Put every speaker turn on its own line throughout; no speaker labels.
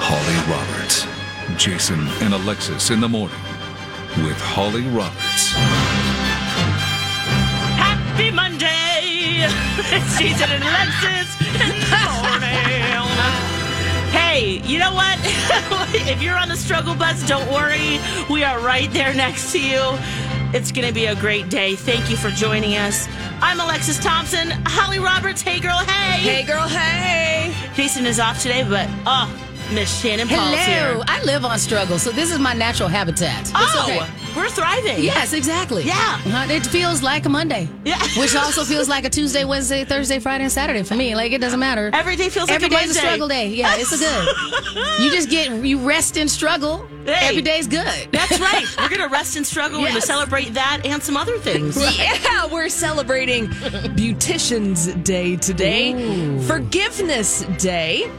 Holly Roberts. Jason and Alexis in the morning with Holly Roberts.
Happy Monday! It's Jason and Alexis in the morning. Hey, you know what? if you're on the struggle bus, don't worry. We are right there next to you. It's going to be a great day. Thank you for joining us. I'm Alexis Thompson. Holly Roberts. Hey, girl. Hey.
Hey, girl, hey.
Jason is off today, but oh, Miss Shannon Paul's
Hello.
here.
I live on struggle, so this is my natural habitat. It's
Oh,
okay.
we're thriving.
Yes, exactly.
Yeah.
Uh-huh. It feels like a Monday.
Yeah.
Which also feels like a Tuesday, Wednesday, Thursday, Friday, and Saturday for me. Like, it doesn't matter.
Every day feels
Every
like a
day's
Wednesday.
struggle day. Yeah, it's a good. you just get, you rest in struggle.
Hey.
Every day's good.
That's right. We're going to rest and struggle. We're going to
Yes.
celebrate that and some other things.
Yeah, we're celebrating Beauticians Day today, Forgiveness Day,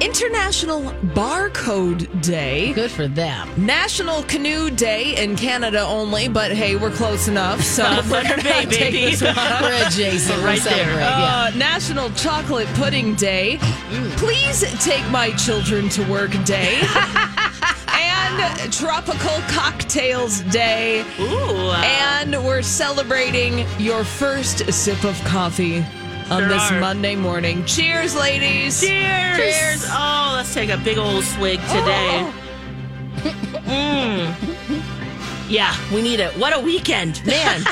International Barcode Day,
Good for them.
National Canoe Day in Canada only, but hey, we're close enough, so we're
Thunder
gonna
Bay,
take
baby.
this one.
We're adjacent.
Right
we celebrate.
there.
Yeah.
Uh, National Chocolate Pudding Day, Please Take My Children to Work Day, and Tropical Cocktails Day.
Ooh. uh,
And we're celebrating your first sip of coffee on
Sure
this
are.
Monday morning. Cheers, ladies.
Cheers. Oh, let's take a big old swig
Oh.
today. Mm. Yeah, we need it. What a weekend. Man,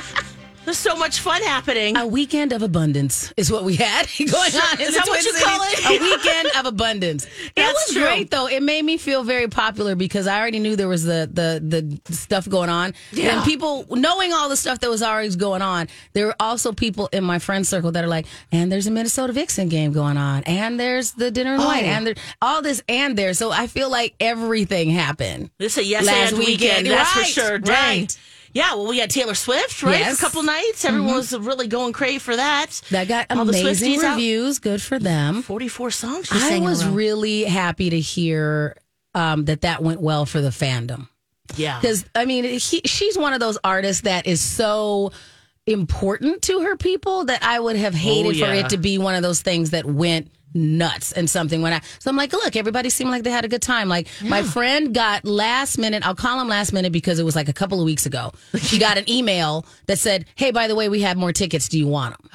there's so much fun happening.
A weekend of abundance is what we had going on. in
Is
the
that what
Twin
you call
Cities.
it?
A weekend of abundance. it
That's
was
true.
great though. It made me feel very popular because I already knew there was the the the stuff going on.
Yeah.
And people knowing all the stuff that was already going on, there were also people in my friend circle that are like, and there's a Minnesota Vixen game going on, and there's the dinner and wine, and there, all this and there. So I feel like everything happened.
This a yes
Last
and
weekend.
that's for
Right,
sure. Dang.
right.
Yeah, well, we had Taylor Swift, right?
Yes. Mm-hmm.
A couple nights. Everyone was really going crazy for that.
That got
All the
amazing
Swifties out.
reviews. Good for them.
44 songs she
I
sang in a
was
row.
really happy to hear um, that that went well for the fandom
Yeah.
because I mean he, she's one of those artists that is so important to her people that I would have hated
Oh,
for
yeah.
it to be one of those things that went nuts and something went out. So I'm like, look, everybody seemed like they had a good time. Like my friend got last minute, I'll call him last minute because it was like a couple of weeks ago. She got an email that said, "Hey, by the way, we have more tickets. Do you want them?"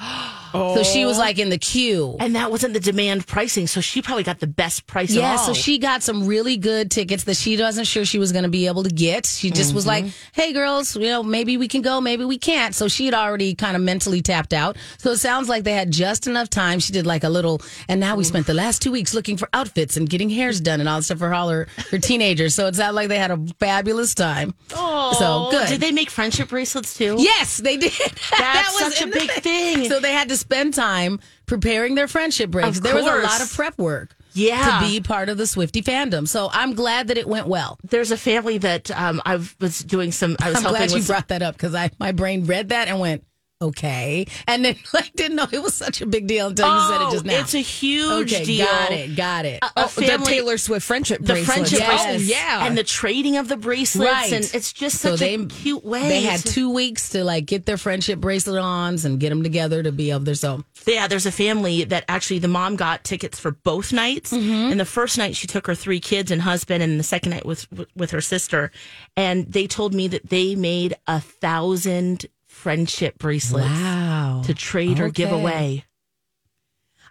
So she was like in the queue.
And that wasn't the demand pricing, so she probably got the best price
Yeah,
of all.
so she got some really good tickets that she wasn't sure she was going to be able to get. She just was like,
Mm-hmm.
"Hey, girls, you know, maybe we can go, maybe we can't." So she had already kind of mentally tapped out. So it sounds like they had just enough time. She did like a little, and now we spent the last two weeks looking for outfits and getting hairs done and all that stuff for all her, her teenagers. So it sounded like they had a fabulous time.
Oh,
so good.
Did they make friendship bracelets too?
Yes, they did. that was
such a
in the
big thing.
So they had to spend time preparing their friendship breaks.
Of
there was a
course.
lot of prep work.
Yeah.
To be part of the Swifty fandom. So I'm glad that it went well.
There's a family that um, I was doing some. I was
I'm
helping
glad you
with.
brought that up because I my brain read that and went, okay. And then like didn't know it was such a big deal until you said it just now.
Oh, It's a huge
okay,
deal.
Got it, got it.
A
Oh, the
family-
Taylor Swift friendship
The
bracelet.
friendship
Yes.
Oh,
bracelets
yeah.
and the trading of the bracelets,
Right.
and it's just
So
such a cute way.
They had
to-
two weeks to like get their friendship bracelet ons and get them together to be up there. So
Yeah, there's a family that actually the mom got tickets for both nights,
Mm-hmm.
and the first night she took her three kids and husband, and the second night with with her sister, and they told me that they made a thousand friendship bracelets
wow.
to trade or give
Okay.
away.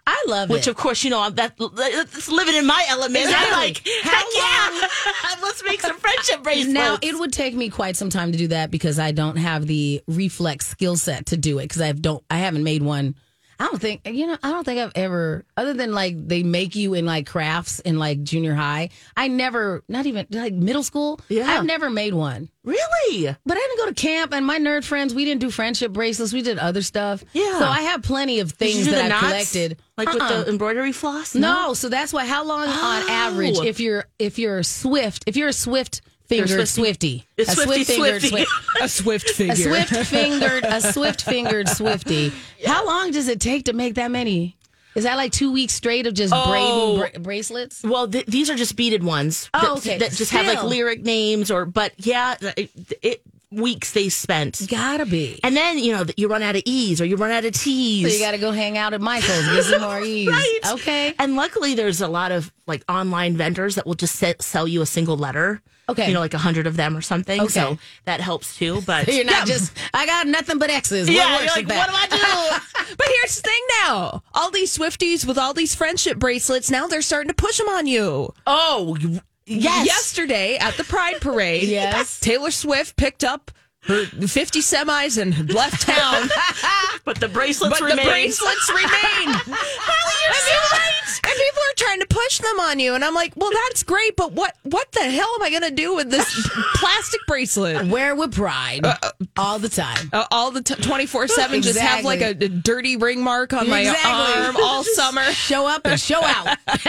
I love
Which,
it.
of course, you know, I'm that that's living in my element.
Exactly.
I'm like,
How
heck yeah, let's make some friendship bracelets.
Now it would take me quite some time to do that because I don't have the reflex skill set to do it because I don't I haven't made one. I don't think you know I don't think I've ever other than like they make you in like crafts in like junior high. I never not even like middle school.
Yeah.
I've never made one.
really.
But I didn't go to camp and my nerd friends we didn't do friendship bracelets. We did other stuff.
Yeah.
So I have plenty of
Did you
things
do
that
the
I've
knots?
collected.
like
Uh-uh.
with the embroidery floss.
No, Oh. so that's why. How long on average, if you're if you're swift, if you're a swift fingered
Swiftie.
swifty,
A
a
Swiftie,
swift-fingered
Swiftie.
Swi-
A swift
a
figure.
swift fingered a swift fingered swifty. How long does it take to make that many? Is that like two weeks straight of just braiding bra- bracelets?
Well, th- these are just beaded ones.
Oh,
that,
okay.
That just have like
Still.
lyric names or, but yeah, it, it weeks they spent.
Gotta be.
And then you know you run out of E's or you run out of T's.
So you gotta go hang out at Michael's, get some more ease.
Right.
Okay.
And luckily, there's a lot of like online vendors that will just se- sell you a single letter.
Okay.
You know, like a hundred of them or something.
Okay.
So that helps too. But
You're not just I got nothing but X's. What
yeah.
works
You're like,
with that?
what do I do?
But here's the thing now. All these Swifties with all these friendship bracelets, now they're starting to push them on you.
oh, you- yes.
Yesterday at the Pride Parade,
Yes.
Taylor Swift picked up her 50 semis and left town.
But the bracelets
but
remain.
the bracelets remain. and, people, and people are trying to push them on you. And I'm like, well, that's great, but what, what the hell am I going to do with this plastic bracelet?
Wear with pride all the time.
Uh, all the twenty four seven just have like a, a dirty ring mark on my
Exactly.
arm all summer.
Show up and show out.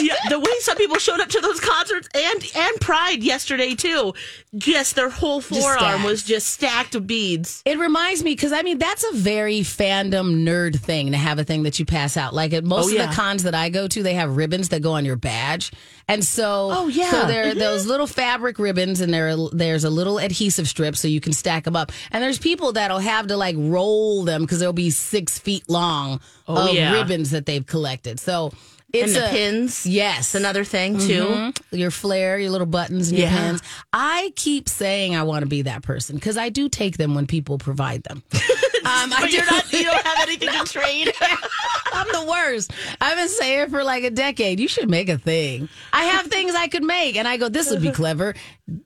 yeah, the way some people showed up to those concerts and and Pride yesterday too. Just their whole forearm
stacked.
was just stacked with beads.
It reminds me because I mean that's a very fandom nerd thing to have a thing that you pass out. Like at most
Oh,
of
yeah.
the cons that I go to, they have ribbons that go on your badge, and so
Oh, yeah.
so there are
Mhm.
those little fabric ribbons, and there there's a little adhesive strip so you can stack them up. And there's people that'll have to like roll them because they'll be six feet long
Oh,
of
yeah.
ribbons that they've collected. So
And
it's
the
a
pins.
yes,
Another thing too.
Mhm. Your flair, your little buttons, and
Yeah.
your pins. I keep saying I want to be that person because I do take them when people provide them. um, I
But
do
you're not you don't have anything to trade.
I'm the worst. I've been saying for like a decade, you should make a thing. I have things I could make, and I go, this would be clever.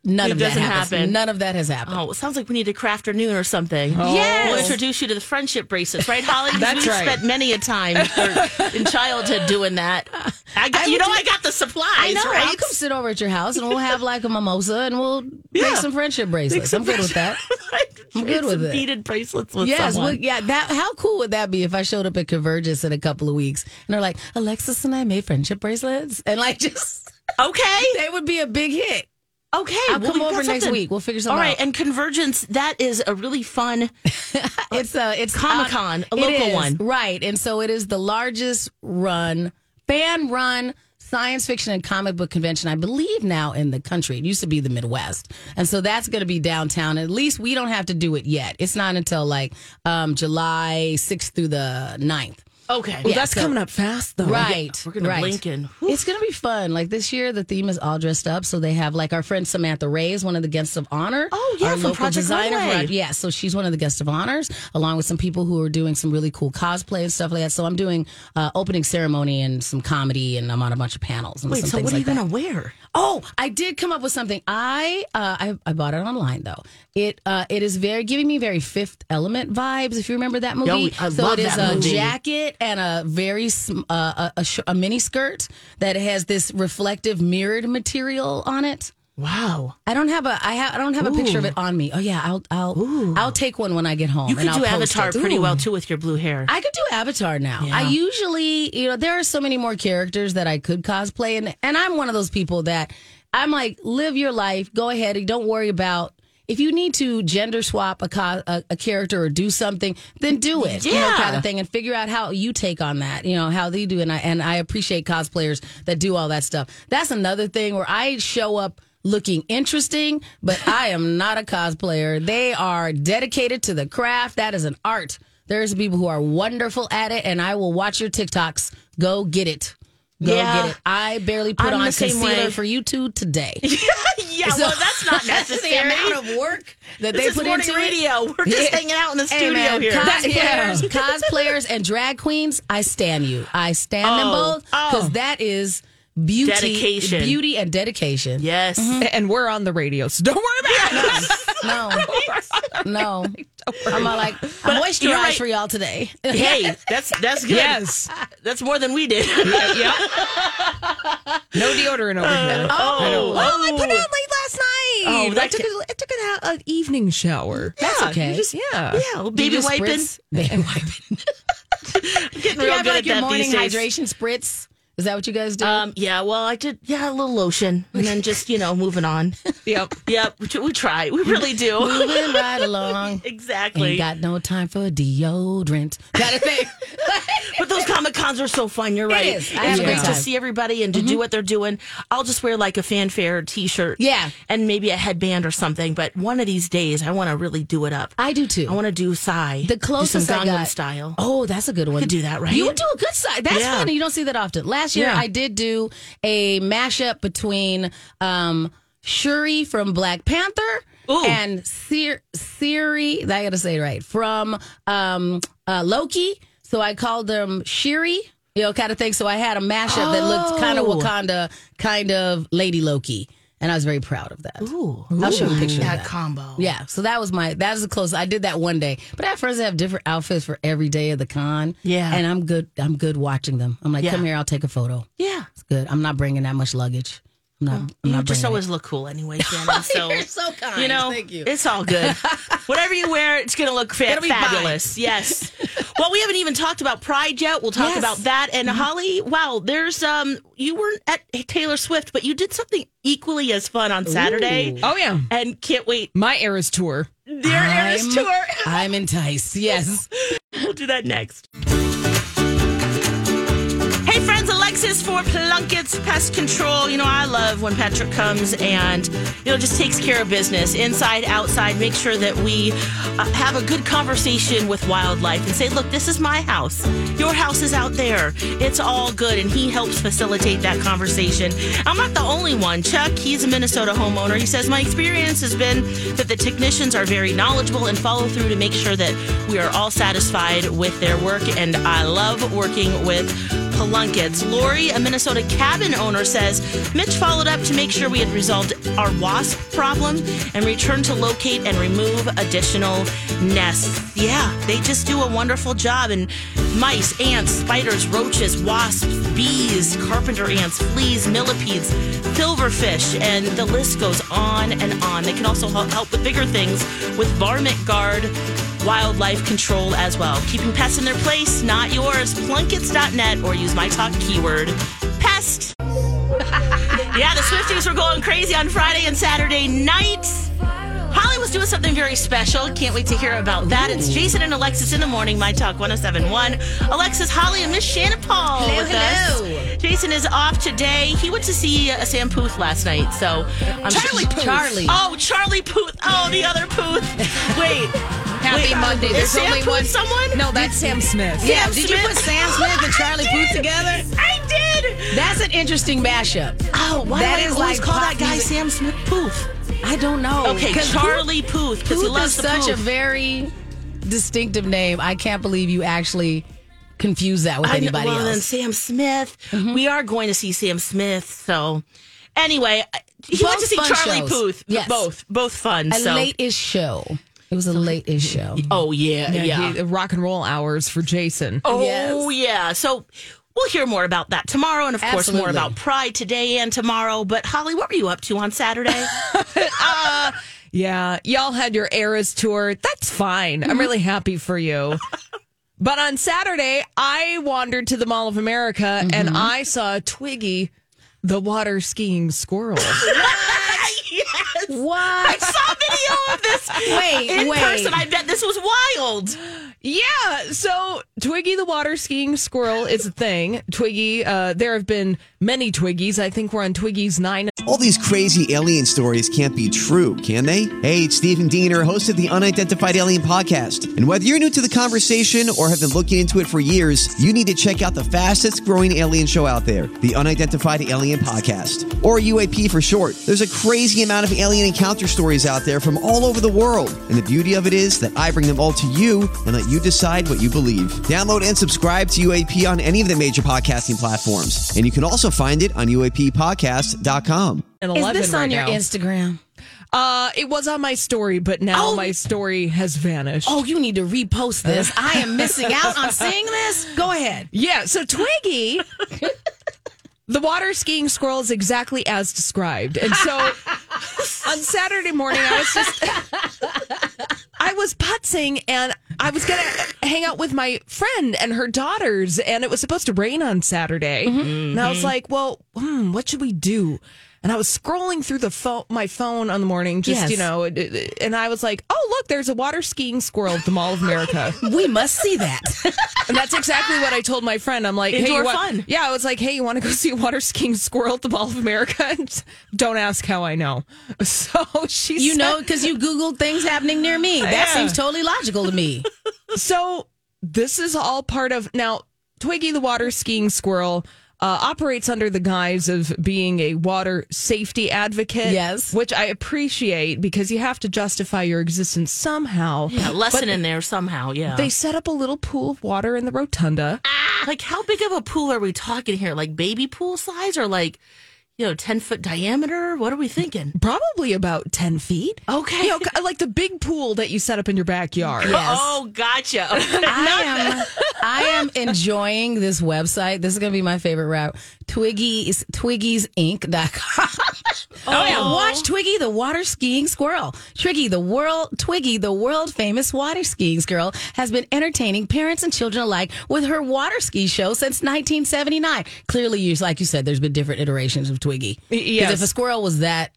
None
It
of that
doesn't
happens.
happen.
None of that has happened.
Oh, it sounds like we need a craft afternoon or something.
Yes.
We'll introduce you to the friendship bracelets, Oh. right, Holly? 'Cause
That's
we
right.
spent many a time or in childhood doing that. I got,
I
you
would
know,
do-
I got the supplies,
I know.
right?
I'll come sit over at your house, and we'll have like a mimosa, and we'll
Yeah.
make some friendship bracelets. I'm good with that.
I'm
good with it.
Beaded bracelets with
Yes,
someone.
well, yeah. That how cool would that be if I showed up at Convergence in a couple of weeks and they're like, Alexis and I made friendship bracelets, and like just
okay.
they would be a big hit.
Okay,
I'll
well, we've
come
got
over next
something.
week. We'll figure
All
something
right,
out.
and convergence that is a really fun.
It's uh it's
Comic-Con, a
out- it
local
is,
one.
right? And so it is the largest run fan run science fiction and comic book convention, I believe now in the country. It used to be the Midwest, and so that's going to be downtown. At least we don't have to do it yet. It's not until like um, July sixth through the 9th.
Okay,
Well,
Yeah,
that's
so-
coming up fast, though.
Right.
we're gonna
right.
blink and-
It's going to be fun. Like this year, the theme is all dressed up. So they have like our friend Samantha Ray is one of the guests of honor.
Oh, yeah,
our
from
local
Project
designer.
Runway.
Right, Yeah, so she's one of the guests of honors, along with some people who are doing some really cool cosplay and stuff like that. So I'm doing uh, opening ceremony and some comedy, and I'm on a bunch of panels and
wait.
some
So
things
what are you
like that.
gonna wear?
Oh, I did come up with something. I uh, I, I bought it online though. It uh, it is very giving me very Fifth Element vibes. If you remember that movie,
Yo, I
so
love
it is
that
a
movie.
jacket and a very sm- uh, a a, sh- a mini skirt that has this reflective mirrored material on it.
Wow,
I don't have a I, ha- I don't have a picture of
Ooh.
it on me. Oh yeah, I'll I'll I'll take one when I get home.
you could
and I'll
do
post
Avatar
it.
pretty
Ooh.
well too with your blue hair.
I could do Avatar now.
Yeah.
I usually, you know, there are so many more characters that I could cosplay, and and I'm one of those people that I'm like, live your life, go ahead, and don't worry about. If you need to gender swap a, co- a, a character or do something, then do it, you know,
Yeah.
kind of thing, and figure out how you take on that, you know, how they do. And I and I appreciate cosplayers that do all that stuff. That's another thing where I show up looking interesting, but I am not a cosplayer. They are dedicated to the craft. That is an art. There's people who are wonderful at it, and I will watch your TikToks. Go get it. Go
Yeah.
get it. I barely put
I'm
on
the same
concealer
way.
for you two today.
yeah, well, that's not necessary.
the amount of work that
this
they
is
put
morning
into it.
radio. We're just
Yeah.
hanging out in the
Hey,
studio
man,
here.
Cosplayers,
yeah.
cosplayers and drag queens, I stand you. I stand them
Oh,
both because
oh.
that is beauty,
Dedication.
beauty and dedication.
yes.
Mm-hmm.
And we're on the radio, so don't worry about
No, no. I'm all like, I moisturized
you're right.
for y'all today.
Hey, that's that's good.
it. Yes.
That's more than we did.
yep. No deodorant over here.
oh,
Well, I put it on late last night.
Oh, that
I took a, I took an, an evening shower.
That's okay.
You just, yeah.
yeah, well, baby
You just
wiping.
spritz- Baby
Getting
wiping. Do you
real
have
good
like
at
your
that
morning
these days.
hydration spritz? Is that what you guys do?
Um, yeah, well, I did. Yeah, a little lotion, and then just you know, moving on.
Yep.
yep, we, tr- we try. We really do.
Moving right along.
exactly.
Ain't got no time for deodorant. Got a thing.
But those Comic Cons are so fun. You're right.
is. I
it's
have
great
a great
to
time. Mm-hmm.
see everybody and to do what they're doing. I'll just wear like a fanfare t shirt.
Yeah.
And maybe a headband or something. But one of these days, I want to really do it up.
I do too.
I want to do Psy.
The closest
do some
I
Gangnam
got.
style.
Oh, that's a good one. You
could do that, right?
You would do a good side. That's
Yeah.
funny. You don't see that often. Last year,
Yeah.
I did do a mashup between um, Shuri from Black Panther
Ooh.
and Siri. Siri, I got to say it right from um, uh, Loki. So I called them Shiri. You know, kind of thing. So I had a mashup that looked kind of
Oh.
Wakanda, kind of Lady Loki, and I was very proud of that.
Ooh,
I'll show you a
Ooh,
picture of
that
that.
combo.
Yeah, so that was my that was the close. I did that one day, but I have friends that have different outfits for every day of the con.
Yeah.
and I'm good. I'm good watching them. I'm like,
Yeah.
come here, I'll take a photo.
Yeah.
It's good. I'm not bringing that much luggage. I'm not. I'm
You
not
just
bringing
always
it.
look cool anyway, Shannon. So,
You're so kind.
you know,
Thank you.
it's all good. Whatever you wear, it's going to look fa-
It'll be fine.
fabulous. Yes. well, we haven't even talked about Pride yet. We'll talk
Yes. Mm-hmm.
about that. And Holly, wow, there's um, you weren't at Taylor Swift, but you did something equally as fun on Saturday.
Oh, yeah.
And can't wait.
My Eras tour.
Their Eras
I'm-
tour.
I'm enticed. Yes.
We'll do that next. Hey, friends, Alexis for Plunkett's Pest Control. You know, I love when Patrick comes and, you know, just takes care of business inside, outside, make sure that we uh, have a good conversation with wildlife and say, look, this is my house. Your house is out there. It's all good. And he helps facilitate that conversation. I'm not the only one. Chuck, he's a Minnesota homeowner. He says, my experience has been that the technicians are very knowledgeable and follow through to make sure that we are all satisfied with their work. And I love working with Plunkets. Lori, a Minnesota cabin owner, says Mitch followed up to make sure we had resolved our wasp problem and returned to locate and remove additional nests. Yeah, they just do a wonderful job. And mice, ants, spiders, roaches, wasps, bees, carpenter ants, fleas, millipedes, silverfish, and the list goes on and on. They can also hel- help with bigger things with varmint guard wildlife control as well. Keeping pests in their place, not yours. Plunkets.net or use my talk keyword pest. yeah, the Swifties were going crazy on Friday and Saturday nights. Holly was doing something very special. Can't wait to hear about that. It's Jason and Alexis in the morning, My Talk 1071. Alexis, Holly, and Miss Shannon Paul
Hello,
with
hello.
us. Jason is off today. He went to see uh, Sam Puth last night, so I'm
Charlie Puth. Charlie.
Oh, Charlie Puth. Oh, the other Puth. Wait.
Happy Monday.
um, Is
There's
Sam
only
Puth
one-
someone?
No, that's Sam Smith.
Yeah.
Sam
did
Smith.
you put Sam Smith and Charlie
I
Puth
did.
together?
I did.
That's an interesting mashup.
Oh, why
That
do I
is
always
like
call
pop
that guy
music.
Sam Smith Poof?
I don't know.
Okay,
'Cause
Charlie Puth, because
Puth
he
is
loves the
such a
Puth.
very distinctive name. I can't believe you actually confuse that with
I know-
anybody
well, then
else. Mm-hmm.
Sam Smith. We are going to see Sam Smith. So, anyway, I- he went
Both
to see
fun
Charlie
shows.
Puth.
Yes.
both, both fun.
A
so,
late-ish show. It was a late-ish show.
oh yeah, yeah.
Yeah. the rock and roll hours for Jason.
Oh yeah. So. We'll hear more about that tomorrow, and of course, more
Absolutely.
about Pride today and tomorrow. But Holly, what were you up to on Saturday?
Yeah, y'all had your Eras tour. That's fine.
Mm-hmm.
I'm really happy for you. but on Saturday, I wandered to the Mall of America and
Mm-hmm.
I saw Twiggy, the water skiing squirrel.
yes. I
What?
saw video of this
Wait,
in
wait.
person. I bet this was wild.
Yeah, so Twiggy the water skiing squirrel is a thing. Twiggy, uh, there have been many Twiggies. I think we're on Twiggy's nine.
All these crazy alien stories can't be true, can they? Hey, it's Stephen Diener, host of the Unidentified Alien Podcast. And whether you're new to the conversation or have been looking into it for years, you need to check out the fastest growing alien show out there, the Unidentified Alien Podcast, or UAP for short. There's a crazy amount of alien encounter stories out there from all over the world. And the beauty of it is that I bring them all to you and let you decide what you believe. Download and subscribe to UAP on any of the major podcasting platforms. And you can also find it on UAPpodcast.com.
and
Is
11
this on
right
your
now.
Instagram?
Uh, it was on my story, but now
Oh.
my story has vanished.
Oh, you need to repost this. I am missing out on seeing this. Go ahead.
Yeah, so Twiggy, the water skiing squirrel is exactly as described. And so on Saturday morning, I was just, I was putzing and I was going to hang out with my friend and her daughters, and it was supposed to rain on Saturday. And I was like, well, hmm, what should we do? And I was scrolling through the phone, my phone on the morning, just
Yes.
you know, it- it- and I was like, "Oh, look, there's a water skiing squirrel at the Mall of America."
We must see that.
And that's exactly what I told my friend. I'm like, hey,
Indoor
you wa-
fun.
Yeah, I was like, hey, you want to go see a water skiing squirrel at the Mall of America? And don't ask how I know. So she,
You
said-
know, because you Googled things happening near me. That
Yeah.
seems totally logical to me.
so this is all part of now. Twiggy the water skiing squirrel uh, operates under the guise of being a water safety advocate.
Yes.
which I appreciate because you have to justify your existence somehow.
A lesson in there somehow, yeah.
They set up a little pool of water in the rotunda.
like, how big of a pool are we talking here? Like baby pool size or like, you know, 10 foot diameter? What are we thinking?
probably about 10 feet.
Okay.
You know, c- like the big pool that you set up in your backyard.
Oh, gotcha.
I am I am enjoying this website. This is gonna be my favorite route. Twiggy's twiggy'sinc.com. Oh yeah. Watch Twiggy the water skiing squirrel. Twiggy the world Twiggy, the world famous water skiing squirrel, has been entertaining parents and children alike with her water ski show since nineteen seventy nine. Clearly you like you said, there's been different iterations of Twiggy.
Y- yes.
Because if a squirrel was that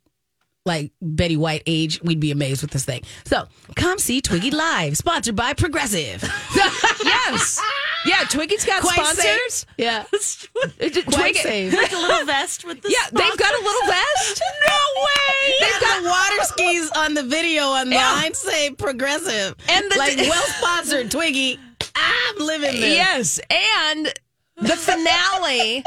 like Betty White age, we'd be amazed with this thing. So come see Twiggy Live, sponsored by Progressive.
Yes. Yeah, Twiggy's got sponsors.
Yeah.
It- it-
Quite
Twiggy-
safe.
like a little vest with the
Yeah, they've got a little vest. no way.
They've got water skis on the video online.
Yeah.
Say progressive.
And the-
like well sponsored Twiggy. I'm living this.
Yes, and the finale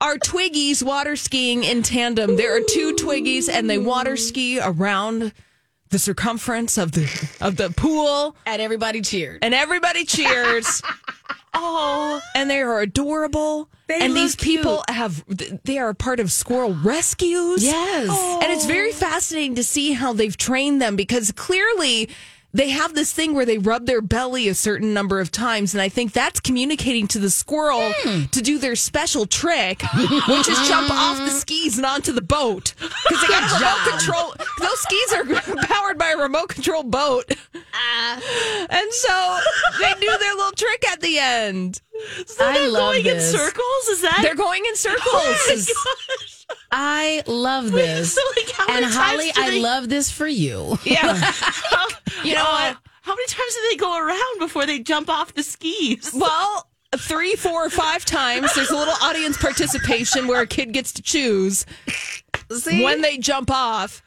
are Twiggies water skiing in tandem. There are two Twiggies, and they water ski around the circumference of the of the pool.
And everybody cheered.
and everybody cheers. oh, and they are adorable. and
look
these people have th- they are a part of squirrel rescues.
Yes.
And it's very fascinating to see how they've trained them because clearly they have this thing where they rub their belly a certain number of times and I think that's communicating to the squirrel to do their special trick, which is jump off the skis and onto the boat because they got a remote control. Those skis are powered by a remote control boat. And so they do their little trick at the end.
I love
going
this.
in circles? Is that
They're going in circles.
Oh my gosh.
I love this.
so, like, how many
and
times
Holly,
do they-
I love this for you.
yeah.
you know what? uh, How many times do they go around before they jump off the skis?
Well, three, four, or five times. There's a little audience participation where a kid gets to choose
See?
when they jump off.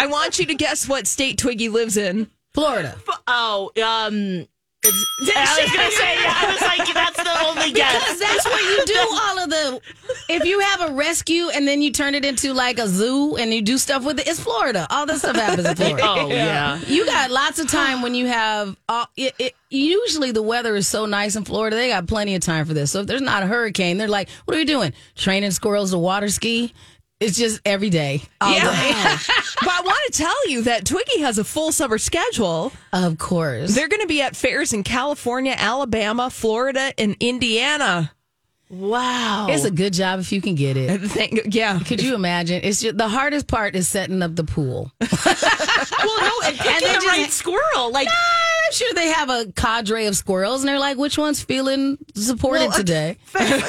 I want you to guess what state Twiggy lives in.
Florida.
Oh, um, it's, I was gonna say, yeah, I was like, that's the only
Because
guess.
that's what you do all of the. If you have a rescue and then you turn it into like a zoo and you do stuff with it, it's Florida. All that stuff happens in Florida.
Oh yeah.
You got lots of time when you have. All, it, it, usually the weather is so nice in Florida, they got plenty of time for this. So if there's not a hurricane, they're like, "What are you doing? Training squirrels to water ski?" It's just every day. all day.
but I want to tell you that Twiggy has a full summer schedule.
Uh, of course.
They're going to be at fairs in California, Alabama, Florida, and Indiana.
Wow.
it's a good job if you can get it.
Thank, yeah.
Could you imagine? It's just, the hardest part is setting up the pool.
well, no, and picking
they
the
just-
right squirrel. Like
I'm sure they have a cadre of squirrels, and they're like, which one's feeling supported
Well, uh,
today?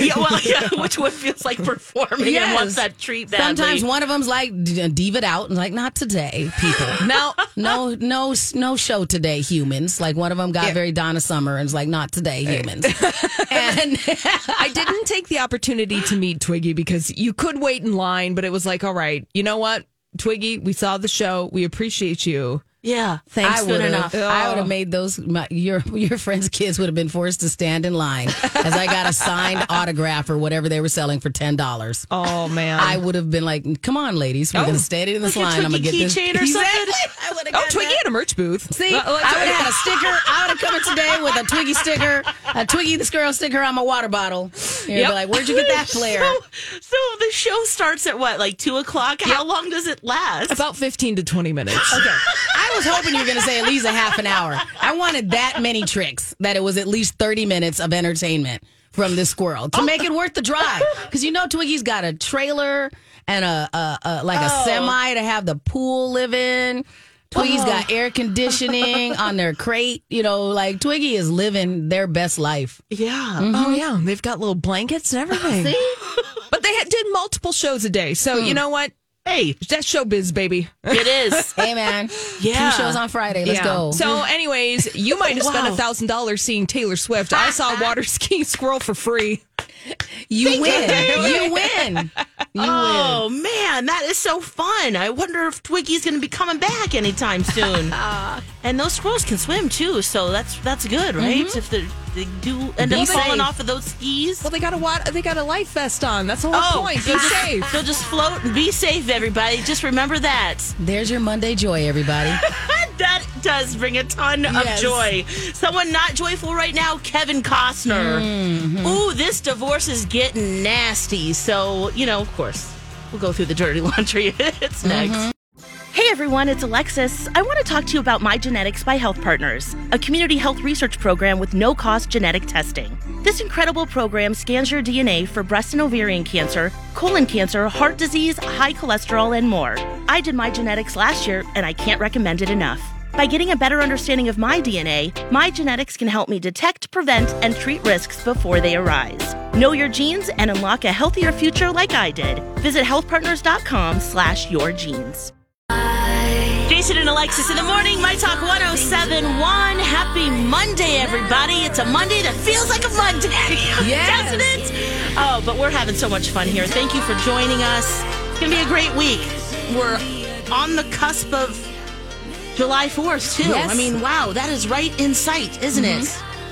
yeah, well, yeah, which one feels like performing and
Yes.
wants that treat badly.
Sometimes one of them's like d- uh, diva it out and like not today, people. no, no, no, no show today, humans. Like one of them got very Donna Summer and was like, not today, humans. and
I didn't take the opportunity to meet Twiggy because you could wait in line, but it was like, all right, you know what, Twiggy, we saw the show, we appreciate you.
yeah,
I
thanks oh.
would
good
have,
enough.
I would have made those. My, your your friends' kids would have been forced to stand in line as I got a signed autograph or whatever they were selling for ten dollars.
Oh man,
I would have been like, "Come on, ladies, we're gonna stand in this
Oh, Like a
line. I'm gonna get
Twinkie
this."
keychain or something? Uh,
I would have.
oh Twiggy had a merch booth.
See, I would have had a sticker. I would have come in today with a Twiggy sticker, a Twiggy the Squirrel sticker on my water bottle. You'd be like, "Where'd you get that player?"
So, so the show starts at what, like two o'clock? How long does it last?
About fifteen to twenty minutes. Oh,
Okay. I was hoping you were going to say at least a half an hour. I wanted that many tricks that it was at least 30 minutes of entertainment from this squirrel to make it worth the drive. Because you know Twiggy's got a trailer and a, a, a like a
Oh.
semi to have the pool live in. Twiggy's
Uh-huh.
got air conditioning on their crate. You know, like Twiggy is living their best life.
yeah.
Oh yeah, they've got little blankets and everything. But they had, did multiple shows a day, so you know what?
Hey,
That's showbiz, baby.
it is.
Hey man,
Yeah.
two shows on Friday. Let's go.
So, anyways, you might have spent
Wow.
a thousand dollars seeing Taylor Swift. I saw water skiing squirrel for free.
you win. You win. You win.
Oh man, that is so fun. I wonder if Twiggy's going to be coming back anytime soon. and those squirrels can swim too, so that's that's good, right? If they they do end
Be
up falling
safe.
off of those skis.
Well, they got a wa- they got a life vest on. That's the whole
Oh,
point.
they'll
Be
just-
safe.
They'll just float and be safe, everybody. Just remember that.
There's your Monday joy, everybody.
That does bring a ton
Yes.
of joy. Someone not joyful right now, Kevin Costner. Ooh, this divorce is getting nasty. So, you know, of course, we'll go through the dirty laundry. it's next. Hey everyone, it's Alexis. I want to talk to you about My Genetics by Health Partners, a community health research program with no cost genetic testing. This incredible program scans your DNA for breast and ovarian cancer, colon cancer, heart disease, high cholesterol, and more. I did My Genetics last year, and I can't recommend it enough. By getting a better understanding of my DNA, My Genetics can help me detect, prevent, and treat risks before they arise. Know your genes and unlock a healthier future like I did. Visit healthpartners.com slash your genes. Jason and Alexis in the morning, My Talk 1071. Happy Monday, everybody. It's a Monday that feels like a Monday,
Yes.
doesn't it? Oh, but we're having so much fun here. Thank you for joining us. It's going to be a great week. We're on the cusp of July 4th, too.
Yes. Mm-hmm.
I mean, wow, that is right in sight, isn't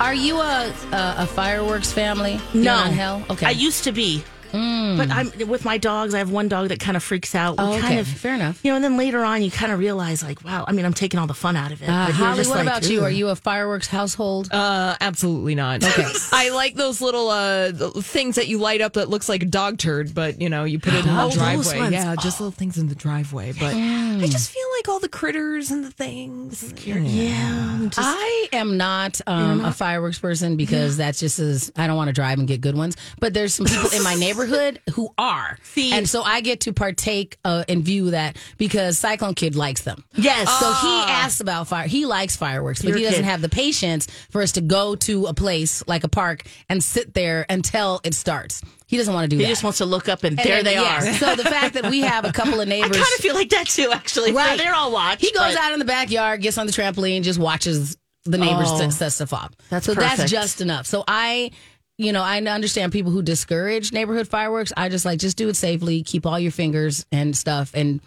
Are you a a, a fireworks family?
it?
You're not hell. Okay. Hmm.
I used to be. But I'm with my dogs. I have one dog that kind of freaks out. We
Oh, okay.
kind of
Fair enough.
You know, and then later on, you kind of realize, like, wow. I mean, I'm taking all the fun out of it.
Uh,
but you're
Holly,
just
what
like,
about you?
"Ugh."
Are you a fireworks household?
Uh, absolutely not. I like those little uh things that you light up that looks like a dog turd, but you know you put it in
Oh, those
the driveway.
ones.
Yeah, just little things in the driveway. But I just feel like all the critters and the things.
Yeah. I'm just-
I am not, um, a fireworks person because that's just as I don't want to drive and get good ones. But there's some people in my neighborhood who are,
See.
and so I get to partake uh, and view that because Cyclone Kid likes them.
yes.
So he asks about fire. He likes fireworks, but
Your
he doesn't
Ah. kid.
have the patience for us to go to a place like a park and sit there until it starts. He doesn't want to do
he
that.
just wants to look up, and,
And
there
then,
they
yes.
are.
So the fact that we have a couple of
I
neighbors.
kind of feel like that too, actually.
Right.
So they're all watched.
He goes
but-
out in the backyard, gets on the trampoline, just watches the neighbors
Oh.
set set stuff up.
That's
so
perfect.
that's just enough. So I, you know, I understand people who discourage neighborhood fireworks. I just like just do it safely, keep all your fingers and stuff, and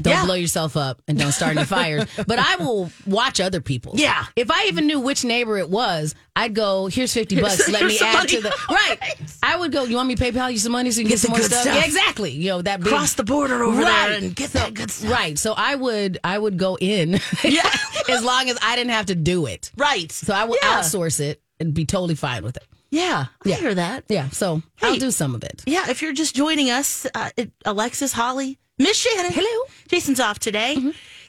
don't
Yeah.
blow yourself up and don't start any fires. But I will watch other people.
Yeah.
If I even knew which neighbor it was, I'd go, here's 50
Here's-
bucks. Let
here's
me
some
add
money.
to the. Right. I would go, you want me to PayPal you some money so you can get,
the
some more
good
stuff?
stuff.
Yeah, exactly. You know, that big.
Cross the border over there
Right.
and get that good stuff.
Right. So I would I would go in
Yeah.
as long as I didn't have to do it.
Right.
So I would
yeah.
outsource it and be totally fine with it.
Yeah. I hear that.
Yeah. So I'll do some of it.
Yeah, if you're just joining us, uh, it- Alexis, Holly, Miss Shannon.
Hello.
Jason's off today.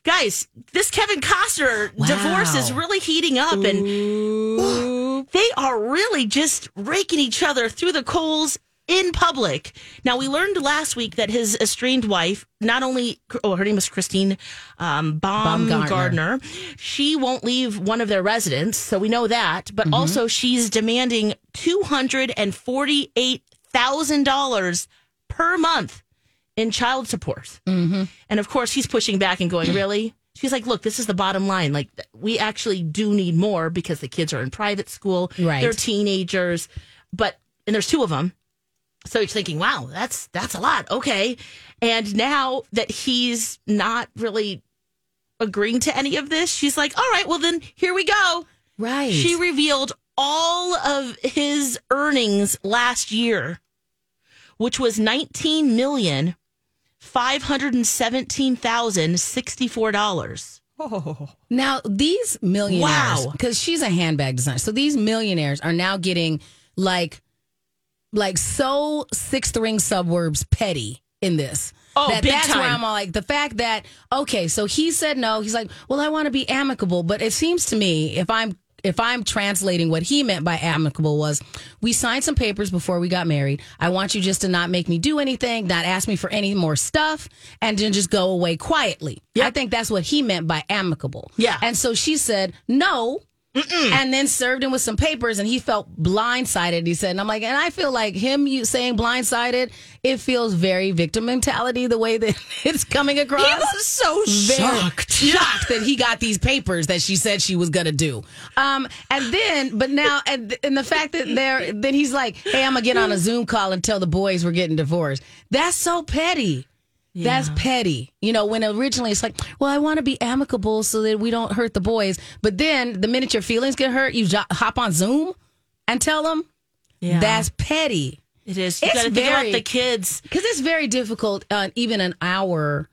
Guys, this Kevin Costner divorce is really heating up, and they are really just raking each other through the coals. in public. Now, we learned last week that his estranged wife, not only, oh, her name is Christine um, Baumgartner.
Baumgartner.
she won't leave one of their residents, so we know that, but also she's demanding $248,000 per month in child support. And of course, he's pushing back and going, Really? She's like, Look, this is the bottom line. Like, th- we actually do need more because the kids are in private school.
Right.
They're teenagers. But, and there's two of them. So he's thinking, wow, that's that's a lot. Okay. And now that he's not really agreeing to any of this, she's like, all right, well then here we go.
Right.
She revealed all of his earnings last year, which was nineteen million five hundred and seventeen thousand sixty four dollars.
Now these millionaires,
Wow.
because she's a handbag designer, so these millionaires are now getting like, like so sixth ring suburbs petty in this.
Oh,
that,
big
that's where
time.
I'm all like the fact that okay, so he said no. He's like, well, I want to be amicable, but it seems to me if I'm if I'm translating what he meant by amicable was we signed some papers before we got married. I want you just to not make me do anything, not ask me for any more stuff, and then just go away quietly. I think that's what he meant by amicable.
Yeah.
And so she said no.
Mm.
And then served him with some papers, and he felt blindsided. He said, and I'm like, and I feel like him you saying blindsided, it feels very victim mentality the way that it's coming across.
He was so
Very
shocked.
shocked that he got these papers that she said she was gonna do. Um, and then, but now, and, and the fact that there, then he's like, "Hey, I'm gonna get on a Zoom call and tell the boys we're getting divorced." That's so petty. That's petty. You know, when originally it's like, "Well, I want to be amicable so that we don't hurt the boys," but then the minute your feelings get hurt, you jo- hop on Zoom and tell them
Yeah.
that's petty.
it is. You
it's
gotta think about
very-
the kids.
Because it's very difficult, uh, even in our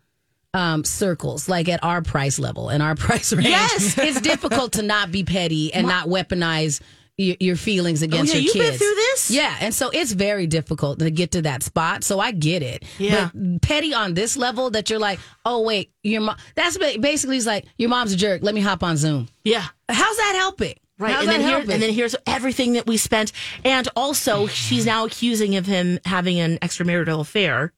um, circles, like at our price level and our price range.
Yes.
it's difficult to not be petty and not weaponize y- your feelings against
Oh, yeah,
your
you've been
kids.
through this?
yeah. And so it's very difficult to get to that spot. So I get it.
Yeah.
But petty on this level that you're like, oh wait, your mom. That's ba- basically it's like your mom's a jerk. Let me hop on Zoom.
Yeah.
How's that helping?
Right,
How's
and then
that
here,
helping?
and then here's everything that we spent, and also she's now accusing of him having an extramarital affair.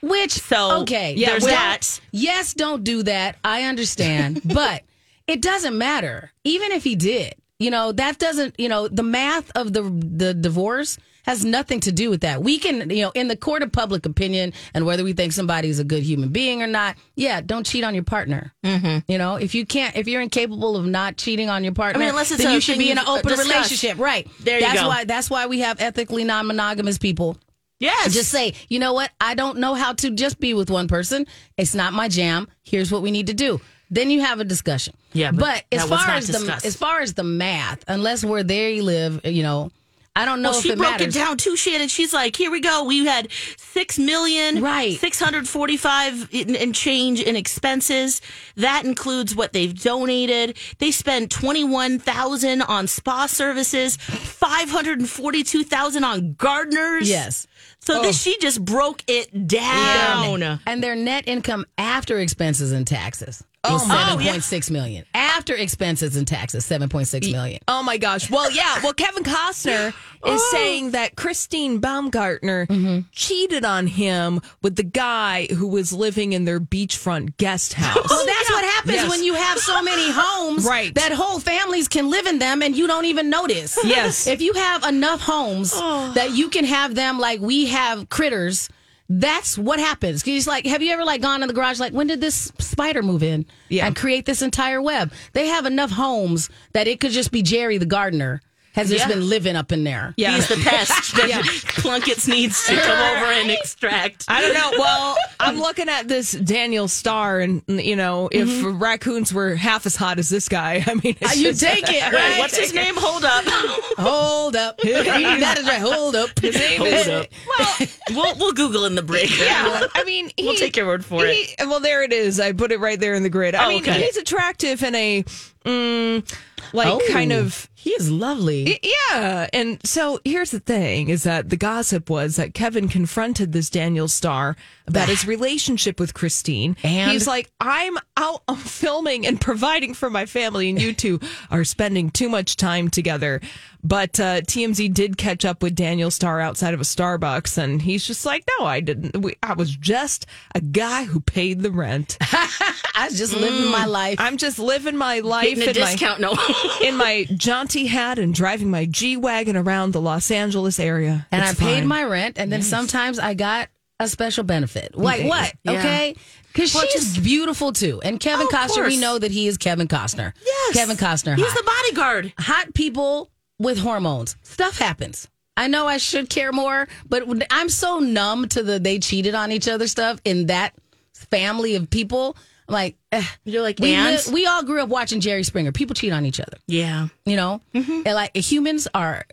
Which
So,
okay,
yeah, there's
well,
that.
Yes, don't do that. I understand, but it doesn't matter. Even if he did, you know that doesn't. You know the math of the the divorce has nothing to do with that. We can, you know, in the court of public opinion and whether we think somebody's a good human being or not. Yeah, don't cheat on your partner. Mm-hmm. You know, if you can't, if you're incapable of not cheating on your partner,
unless it's
then
a
you should
thing
be in an
you've, uh,
open
discussed.
relationship, right?
There you
that's
go.
why that's why we have ethically non-monogamous people
Yes,
just say, you know what? I don't know how to just be with one person. It's not my jam. Here's what we need to do. Then you have a discussion.
Yeah, but
but, as
that was
far
not
as the
discussed.
as far as the math, unless we're there, you live. You know, I don't know
Well,
if
she
it
broke
matters.
it down too, Shannon. She's like, here we go. We had six million,
Right.
Six hundred forty-five in, in change in expenses. That includes what they've donated. They spend twenty-one thousand on spa services, five hundred and forty-two thousand on gardeners.
Yes. Oh.
So this, she just broke it down.
And their net income after expenses and taxes. Oh,
my-
seven point six million after expenses and taxes. Seven point six million.
Oh my gosh. Well, yeah. Well, Kevin Costner is saying that Christine Baumgartner cheated on him with the guy who was living in their beachfront guest house.
Well, that's what happens
Yes.
when you have so many homes
Right.
that whole families can live in them and you don't even notice.
Yes.
If you have enough homes that you can have them like we have critters, that's what happens. 'Cause He's like, have you ever like gone in the garage like when did this spider move in
Yeah.
and create this entire web? They have enough homes that it could just be Jerry the gardener has just
Yeah.
been living up in there.
Yeah.
He's the pest that Plunkets needs to come over and extract.
I don't know. Well, I'm looking at this Daniel Star, and you know, if raccoons were half as hot as this guy, I mean, it's
You
just-
take it,
Right,
right?
what's his name? Hold up.
Hold up. that is right. Hold up. His name
Hold up. We'll, we'll Google in the break.
Yeah, I mean, he,
We'll take your word for
he- Well, there it is. I put it right there in the grid. I
Oh,
mean,
okay.
he's attractive in a, mm, like, kind of
He is lovely.
Y- Yeah. And so here's the thing is that the gossip was that Kevin confronted this Daniel Starr about his relationship with Christine.
And?
he's like, I'm out on filming and providing for my family, and you two are spending too much time together. But uh, TMZ did catch up with Daniel Starr outside of a Starbucks, and he's just like, "No, I didn't. We, I was just a guy who paid the rent.
I was just living my life.
I'm just living my life
Getting a
in my-
discount. no.
in my jaunty hat and driving my G wagon around the Los Angeles area.
and
It's
I paid
fine.
my rent, and then sometimes I got a special benefit. Like what? Okay, because
Well,
she's beautiful too. And
Oh,
Kevin
of
Costner,
course.
we know that he is Kevin Costner. Yes, Kevin Costner.
He's
hot.
the bodyguard.
hot people with hormones. Stuff happens. I know I should care more, but when- I'm so numb to the they cheated on each other stuff in that family of people. I'm like, eh.
You're like,
we,
and?
li- we all grew up watching Jerry Springer. People cheat on each other,
Yeah.
you know? And like humans are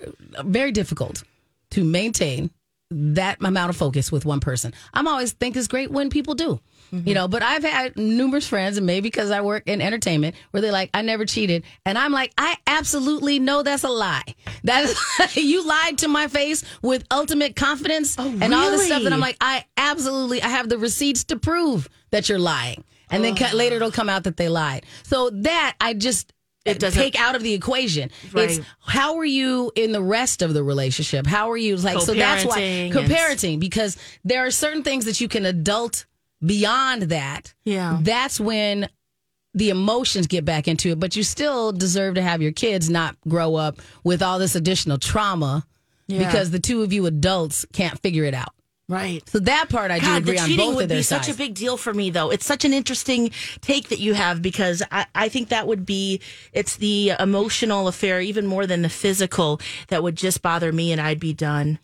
very difficult to maintain that amount of focus with one person. I'm always think it's great when people do. You know, but I've had numerous friends, and maybe because I work in entertainment, where they're like, I never cheated. And I'm like, I absolutely know that's a lie. That is, you lied to my face with ultimate confidence and all this stuff.
Oh, really?
And I'm like, I absolutely, I have the receipts to prove that you're lying. And then cut, later it'll come out that they lied. So that I just uh,
It doesn't-
take out of the equation. It's
Right.
how are you in the rest of the relationship? How are you like? so that's why
Co-parenting
co-parenting because there are certain things that you can adult beyond that
Yeah.
that's when the emotions get back into it but you still deserve to have your kids not grow up with all this additional trauma because the two of you adults can't figure it out
Right.
so that part i do
God,
agree
the
on
cheating
both
would
of their
be
sides
such a big deal for me, though. It's such an interesting take that you have because I, I think that would be it's the emotional affair even more than the physical that would just bother me, and I'd be done.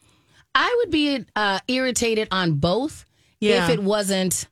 I would be uh, irritated on both
Yeah.
if it wasn't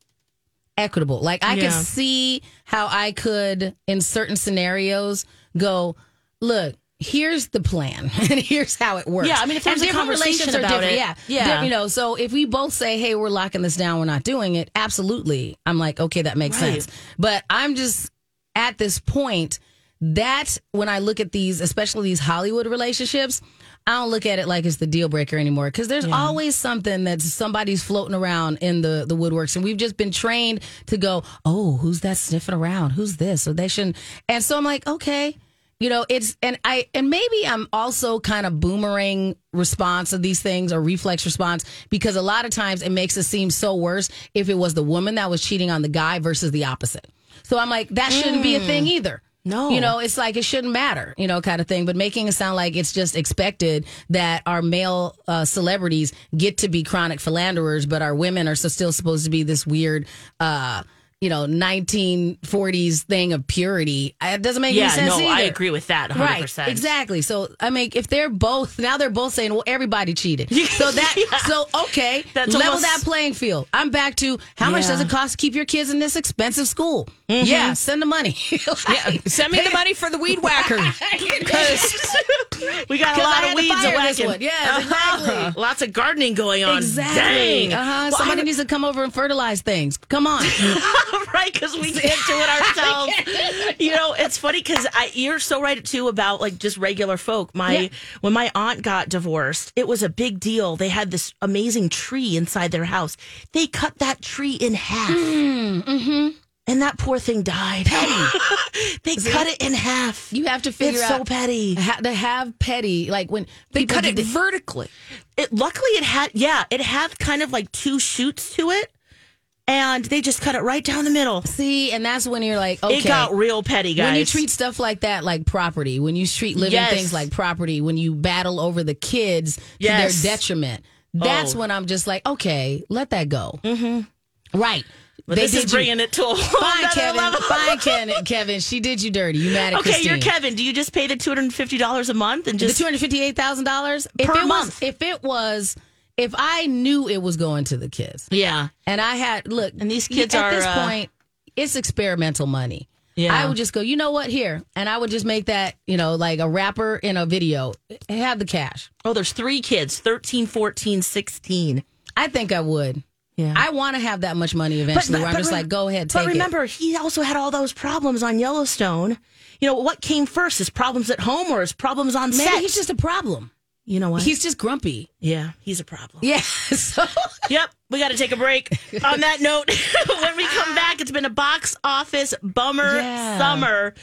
equitable. Like I could
Yeah.
see how I could, in certain scenarios, go look. Here's the plan, and here's how it works.
Yeah, I mean, if there
And
was a
different
conversation
relations are
about
different,
it,
yeah,
yeah.
Different, you know. So if we both say, "Hey, we're locking this down, we're not doing it," absolutely, I'm like, okay, that makes
Right.
sense. But I'm just at this point that when I look at these, especially these Hollywood relationships, I don't look at it like it's the deal breaker anymore because there's always something that somebody's floating around in the the woodworks, and we've just been trained to go, "Oh, who's that sniffing around? Who's this?" So they shouldn't. And so I'm like, okay, you know, it's and I and maybe I'm also kind of boomerang response of these things or reflex response because a lot of times it makes it seem so worse if it was the woman that was cheating on the guy versus the opposite. So I'm like, that shouldn't be a thing
Mm.
either.
No.
You know, it's like it shouldn't matter, you know, kind of thing, but making it sound like it's just expected that our male uh, celebrities get to be chronic philanderers, but our women are so still supposed to be this weird, uh, you know, 1940s thing of purity. Uh, It doesn't make any
Yeah,
sense.
no, I
either.
agree with that 100%.
Right, exactly. So I mean, if they're both now, they're both saying, "Well, everybody cheated." So that, so okay,
That's
level
almost-
that playing field. I'm back to how much
Yeah. Mm-hmm.
does it cost to keep your kids in this expensive school? Yeah, send the money.
Yeah, send me the money for the weed whacker. Because
We got a
'Cause
lot
I
of
had to
weeds
fire
a
this one.
whacking.
Yes, exactly.
Lots of gardening going on.
Exactly.
Dang.
Uh-huh.
Well,
Somebody
I-
needs to come over and fertilize things. Come on.
right because we can't do it ourselves you know it's funny because i you're so right too about like just regular folk my when my aunt got divorced it was a big deal they had this amazing tree inside their house they cut that tree in half
Mm, mm-hmm.
and that poor thing died they cut it in half
You have to figure
it's
out
so petty
ha- to have petty like when
they
people
cut
do
it
the-
vertically.
it luckily it had yeah it had kind of like two shoots to it and they just cut it right down the middle
See, and that's when you're like, okay,
it got real petty guys
When you treat stuff like that like property, when you treat living
Yes.
things like property, when you battle over the kids
Yes.
to their detriment, that's
Oh.
when I'm just like, okay, let that go. Mm-hmm. Right.
But this is bringing it to a whole
Fine,
nother
Kevin.
level.
Fine, Kevin. Kevin, she did you dirty. You mad at
Okay,
Christine.
you're Kevin. Do you just pay the two hundred and fifty dollars a month and
The
just
two hundred fifty-eight thousand dollars
Per
it
month.
Was, if it was, if I knew it was going to the kids,
yeah?
and I had look,
And these kids
at
are,
this
uh,
point, it's experimental money.
Yeah.
I would just go, you know what, here, and I would just make that, you know, like a rapper in a video, have the cash.
Oh, there's three kids: 13, 14, 16.
I think I would.
Yeah.
I want to have that much money eventually. where I'm just like, go ahead, take
But remember, he also had all those problems on Yellowstone. You know what came first? His problems at home or his problems on
it. Maybe
set?
he's just a problem.
you know what?
He's just grumpy.
yeah, he's a problem.
Yeah. So
Yep, we got to take a break. on that note, when we come back, it's been a box office bummer
Yeah.
summer.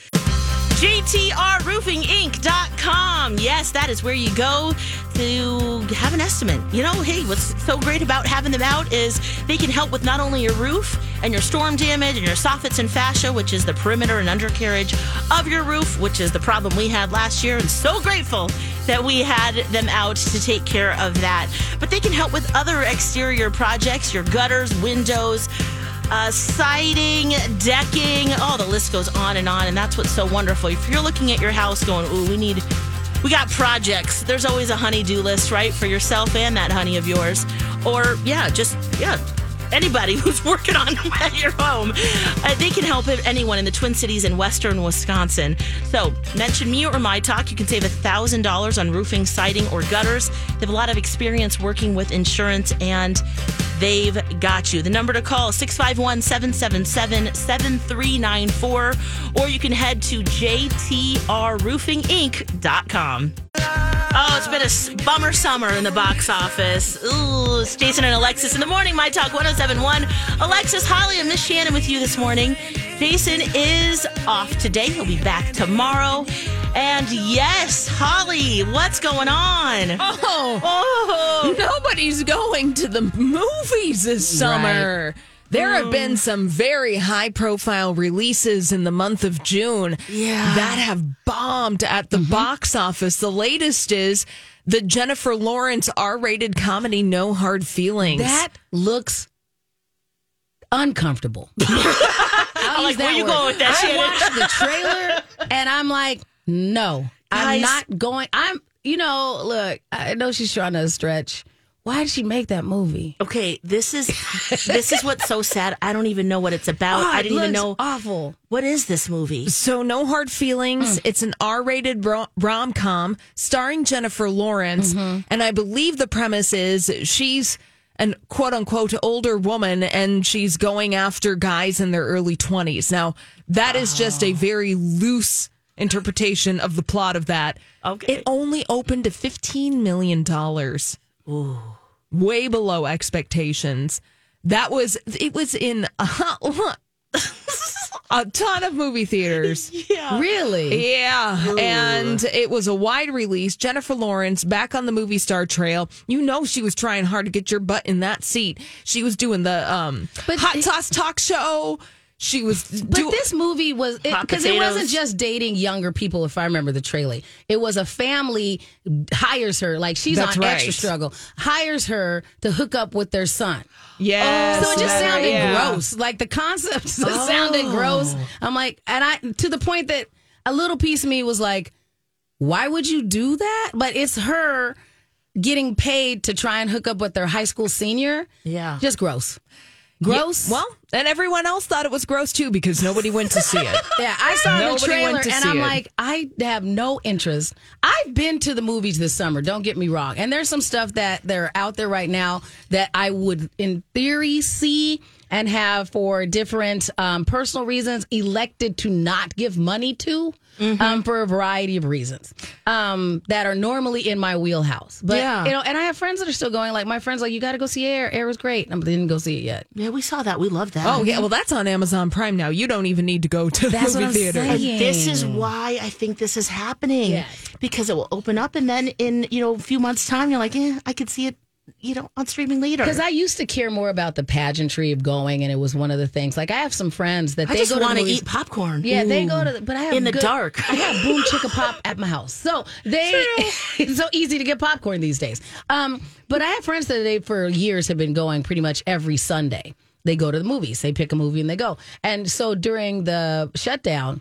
GTRRoofingInc.com. Yes, that is where you go to have an estimate. You know, hey, what's so great about having them out is they can help with not only your roof and your storm damage and your soffits and fascia, which is the perimeter and undercarriage of your roof, which is the problem we had last year. And so grateful that we had them out to take care of that. But they can help with other exterior projects, your gutters, windows uh, siding, decking. Oh, the list goes on and on. And that's what's so wonderful. If you're looking at your house going, ooh, we need, we got projects, there's always a honey-do list, right? For yourself and that honey of yours. Or, yeah, just, yeah. Anybody who's working on at your home, uh, they can help anyone in the Twin Cities in Western Wisconsin. So mention me or my talk. You can save thousand dollars on roofing, siding, or gutters. They have a lot of experience working with insurance and they've got you. The number to call is 651 777 7394, or you can head to jtrroofinginc.com. Oh, it's been a s- bummer summer in the box office. Ooh, it's Jason and Alexis in the morning, My Talk 1071. Alexis, Holly, and Miss Shannon with you this morning. Jason is off today. He'll be back tomorrow. And yes, Holly, what's going on?
Oh,
Oh,
Nobody's going to the movies this summer. There have been some very high profile releases in the month of June that have bombed at the box office. The latest is the Jennifer Lawrence R rated comedy No Hard Feelings.
That looks uncomfortable.
I'm like, where you going with that,
I
Shannon?
watched the trailer and I'm like, no, I'm
Guys.
not going. I'm, you know, look, I know she's trying to stretch. Why did she make that movie?
Okay, this is this is what's so sad. I don't even know what it's about.
Oh,
I
it
didn't even
looks
know
Awful.
what is this movie.
So, No Hard Feelings. It's an R rated rom com starring Jennifer Lawrence. And I believe the premise is she's an quote unquote older woman and she's going after guys in their early 20s. Now, that is just a very loose interpretation of the plot of that.
Okay.
It only opened to $15 million. Way below expectations. That was, it was in a, a ton of movie theaters.
Really?
Yeah. And it was a wide release. Jennifer Lawrence back on the movie star trail. You know she was trying hard to get your butt in that seat. She was doing the um
But
hot
it-
sauce talk show. She was
But
doing
this movie was
Hot
because it,
potatoes.
wasn't just dating younger people. If I remember the trailer, it was a family hires her like she's
That's
on
right.
extra struggle hires her to hook up with their son.
Yeah.
So it just sounded gross. Like the concept just
Oh.
sounded gross. I'm like, and I to the point that a little piece of me was like, why would you do that? But it's her getting paid to try and hook up with their high school senior.
Yeah.
Just gross. Gross.
Well, and everyone else thought it was gross too because nobody went to see it.
Yeah, I saw the
Nobody
trailer
went
and
to see
I'm
it.
like, I have no interest. I've been to the movies this summer, don't get me wrong. And there's some stuff that they're out there right now that I would, in theory, see and have for different um, personal reasons elected to not give money to
Mm-hmm.
um, for a variety of reasons um, that are normally in my wheelhouse. But,
Yeah.
you know, and I have friends that are still going, like, my friend's like, you got to go see Air. Air was great. I didn't go see it yet.
Yeah, we saw that. We love that.
Oh yeah, well that's on Amazon Prime now. You don't even need to go to the
That's what
movie
I'm
theater.
saying.
And this is why I think this is happening
Yeah.
because it will open up, and then in you know a few months' time, you're like, eh, I could see it, you know, on streaming later.
Because I used to care more about the pageantry of going, and it was one of the things. Like I have some friends that
I
they
just
go
want
to
to
the movies-
eat popcorn.
Yeah, they go to, the, but I have
In the
good-
dark.
I have boom chicka pop at my house, so they it's so easy to get popcorn these days. Um, but I have friends that they for years have been going pretty much every Sunday. They go to the movies, they pick a movie, and they go. And so during the shutdown,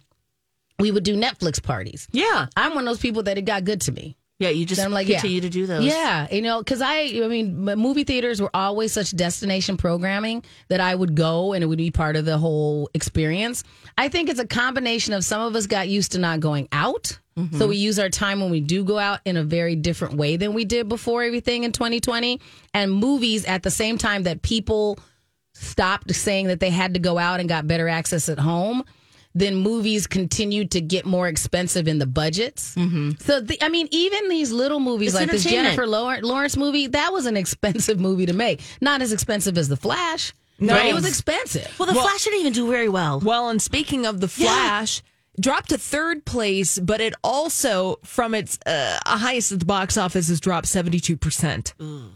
we would do Netflix parties.
Yeah,
I'm one of those people that it got good to me.
yeah. You just
Then I'm like, yeah.
continue to do those.
Yeah, you know, because I, I mean, m- movie theaters were always such destination programming that I would go and it would be part of the whole experience. I think it's a combination of some of us got used to not going out.
Mm-hmm.
So we use our time when we do go out in a very different way than we did before everything in 2020. And movies at the same time that people stopped saying that they had to go out and got better access at home, then movies continued to get more expensive in the budgets. Mm-hmm. So, the, I mean, even these little movies
It's
like this
entertainment.
Jennifer Law- Lawrence movie, that was an expensive movie to make. Not as expensive as The Flash,
No.
but it was expensive.
Well, the Flash didn't even do very well.
Well, and speaking of the Flash, dropped to third place, but it also, from its uh, highest at the box office, has dropped 72%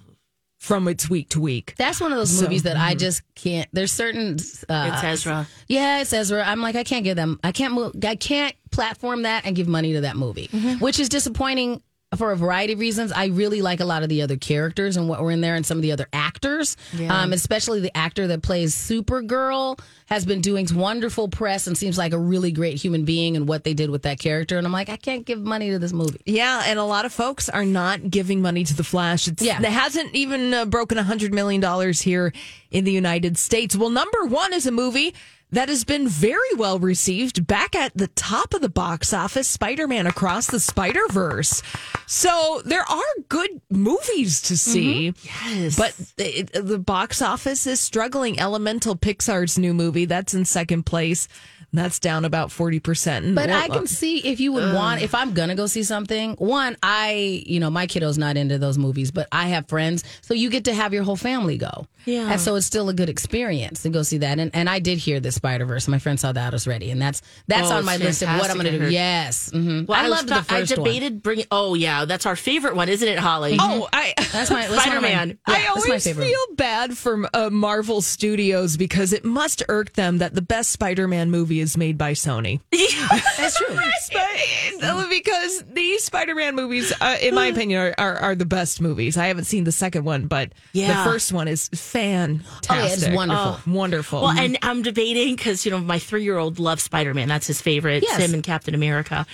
from its week to week.
That's one of those movies that I just can't. There's certain. Uh,
It's Ezra.
Yeah, it's Ezra. I'm like, I can't give them. I can't move. I can't platform that and give money to that movie, which is disappointing for a variety of reasons. I really like a lot of the other characters and what were in there, and some of the other actors. Um, especially the actor that plays Supergirl has been doing wonderful press and seems like a really great human being. And what they did with that character, and I'm like, I can't give money to this movie.
Yeah, and a lot of folks are not giving money to the Flash. It's,
Yeah.
it hasn't even uh, broken hundred million dollars here in the United States. Well, number one is a movie that has been very well received. Back at the top of the box office, Spider-Man Across the Spider-Verse. So there are good movies
Mm-hmm.
to see,
Yes.
but the, it- the box office is struggling. Elemental Pixar's new movie that's in second place. That's down about forty percent.
But I
uh,
can see if you would want, if I'm gonna go see something, one, I, you know, my kiddo's not into those movies, but I have friends. So you get to have your whole family go.
Yeah.
And so it's still a good experience to go see that. And and I did hear the Spider Verse. My friend saw that already. And that's that's
Oh,
on my
it's
list of what I'm
fantastic,
gonna
I
do.
heard.
Yes. hmm
Well,
I,
was
loved
talk-
the first
I
one.
debated bringing. Oh yeah, that's our favorite one, isn't it, Holly?
Oh, I
That's my that's one of my-
Spider-Man.
yeah,
I
that's my
always
favorite.
feel bad for uh, Marvel Studios because it must irk them that the best Spider-Man movie is made by Sony.
that's true.
But- because these Spider-Man movies, uh, in my opinion, are, are, are the best movies. I haven't seen the second one, but
Yeah.
the first one is fantastic.
Oh, yeah, it's wonderful.
wonderful.
Um,
Well, and I'm debating because you know my three year old loves Spider Man. That's his favorite.
Yes.
Him and Captain America,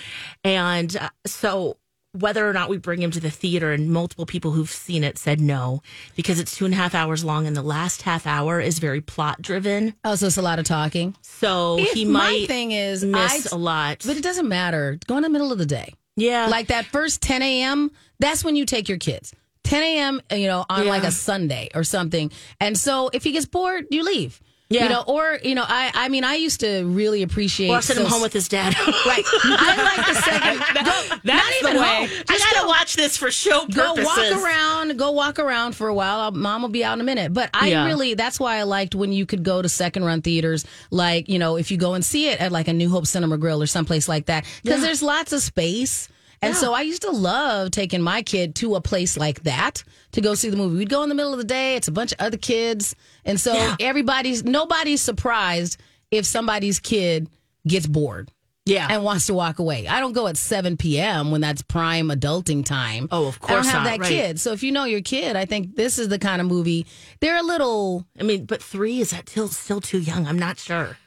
and uh, so whether or not we bring him to the theater, and multiple people who've seen it said no because it's two and a half hours long, and the last half hour is very plot driven.
Oh, so it's a lot of talking.
So
If
he
my
might
thing is,
miss
I-
a lot.
But it doesn't matter. Go in the middle of the day.
yeah,
like that first 10 a.m. That's when you take your kids. 10 a.m. You know, on like a Sunday or something. And so if he gets bored, you leave.
Yeah.
You know, or you know, I I mean, I used to really appreciate.
Well, I sent him
so-
home with his dad.
Right. I like the second. Go, not
That's the
even
way.
home.
I
Just
gotta
go-
watch this for show
go
purposes.
walk around go walk around for a while I'll, mom will be out in a minute but i
Yeah.
really that's why i liked when you could go to second run theaters like you know if you go and see it at like a new hope cinema grill or someplace like that because there's lots of space and so I used to love taking my kid to a place like that to go see the movie. We'd go in the middle of the day. It's a bunch of other kids, and so everybody's nobody's surprised if somebody's kid gets bored
Yeah.
and wants to walk away. I don't go at 7 p.m. when that's prime adulting time.
Oh, of
I don't
course not,
have that
right.
kid. So if you know your kid, I think this is the kind of movie. They're a little.
I mean, but three is that still still too young? I'm not sure.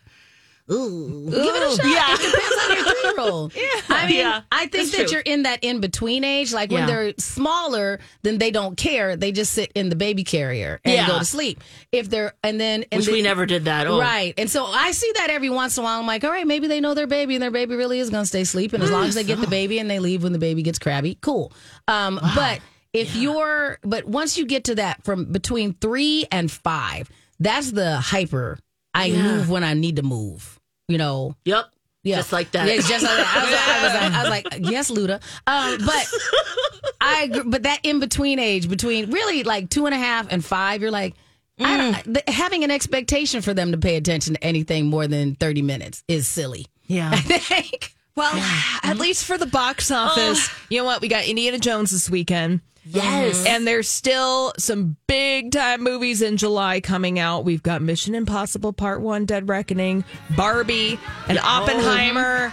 Ooh.
Give it a shot.
Yeah.
It depends on your three year old. I mean,
Yeah,
I think
that's
that
true.
you're in that in between age. Like when
Yeah.
they're smaller, then they don't care. They just sit in the baby carrier and
Yeah.
go to sleep. If they're and then and
Which we
then-
never did that. Oh.
Right. And so I see that every once in a while. I'm like, all right, maybe they know their baby and their baby really is going to stay asleep. And as long as they get the baby and they leave when the baby gets crabby, cool. Um, But if you're, but once you get to that from between three and five, that's the hyper. I move when I need to move, you know?
Yep.
Yeah.
Just like that.
Yeah, just like that. I was like, I was like, I was like yes, Luda. Um, but I, agree- but that in between age, between really like two and a half and five, you're like, I
Mm.
don't, th- having an expectation for them to pay attention to anything more than thirty minutes is silly.
Yeah.
I think.
well, at
Mm-hmm.
least for the box office, you know what? We got Indiana Jones this weekend.
Yes.
And there's still some big time movies in July coming out. We've got Mission Impossible Part 1, Dead Reckoning, Barbie, and Oppenheimer.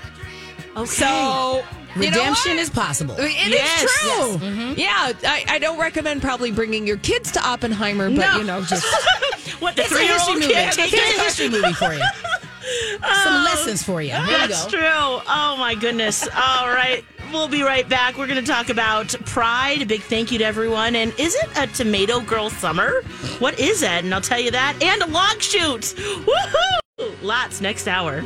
Oh. Okay.
So, you know
Redemption
what?
is possible.
It is
Yes, Mm-hmm. yes.
true. Yeah, I, I don't recommend probably bringing your kids to Oppenheimer, but you know, just
what the
It's a
three year
history
old
movie.
kid?
It's a history movie for you. Some
Oh.
lessons for you. Here you
That's
go.
true. Oh my goodness. All right. We'll be right back. We're going to talk about pride. A big thank you to everyone. And is it a tomato girl summer? What is that? And I'll tell you that. And a log shoot. Woohoo! Lots next hour.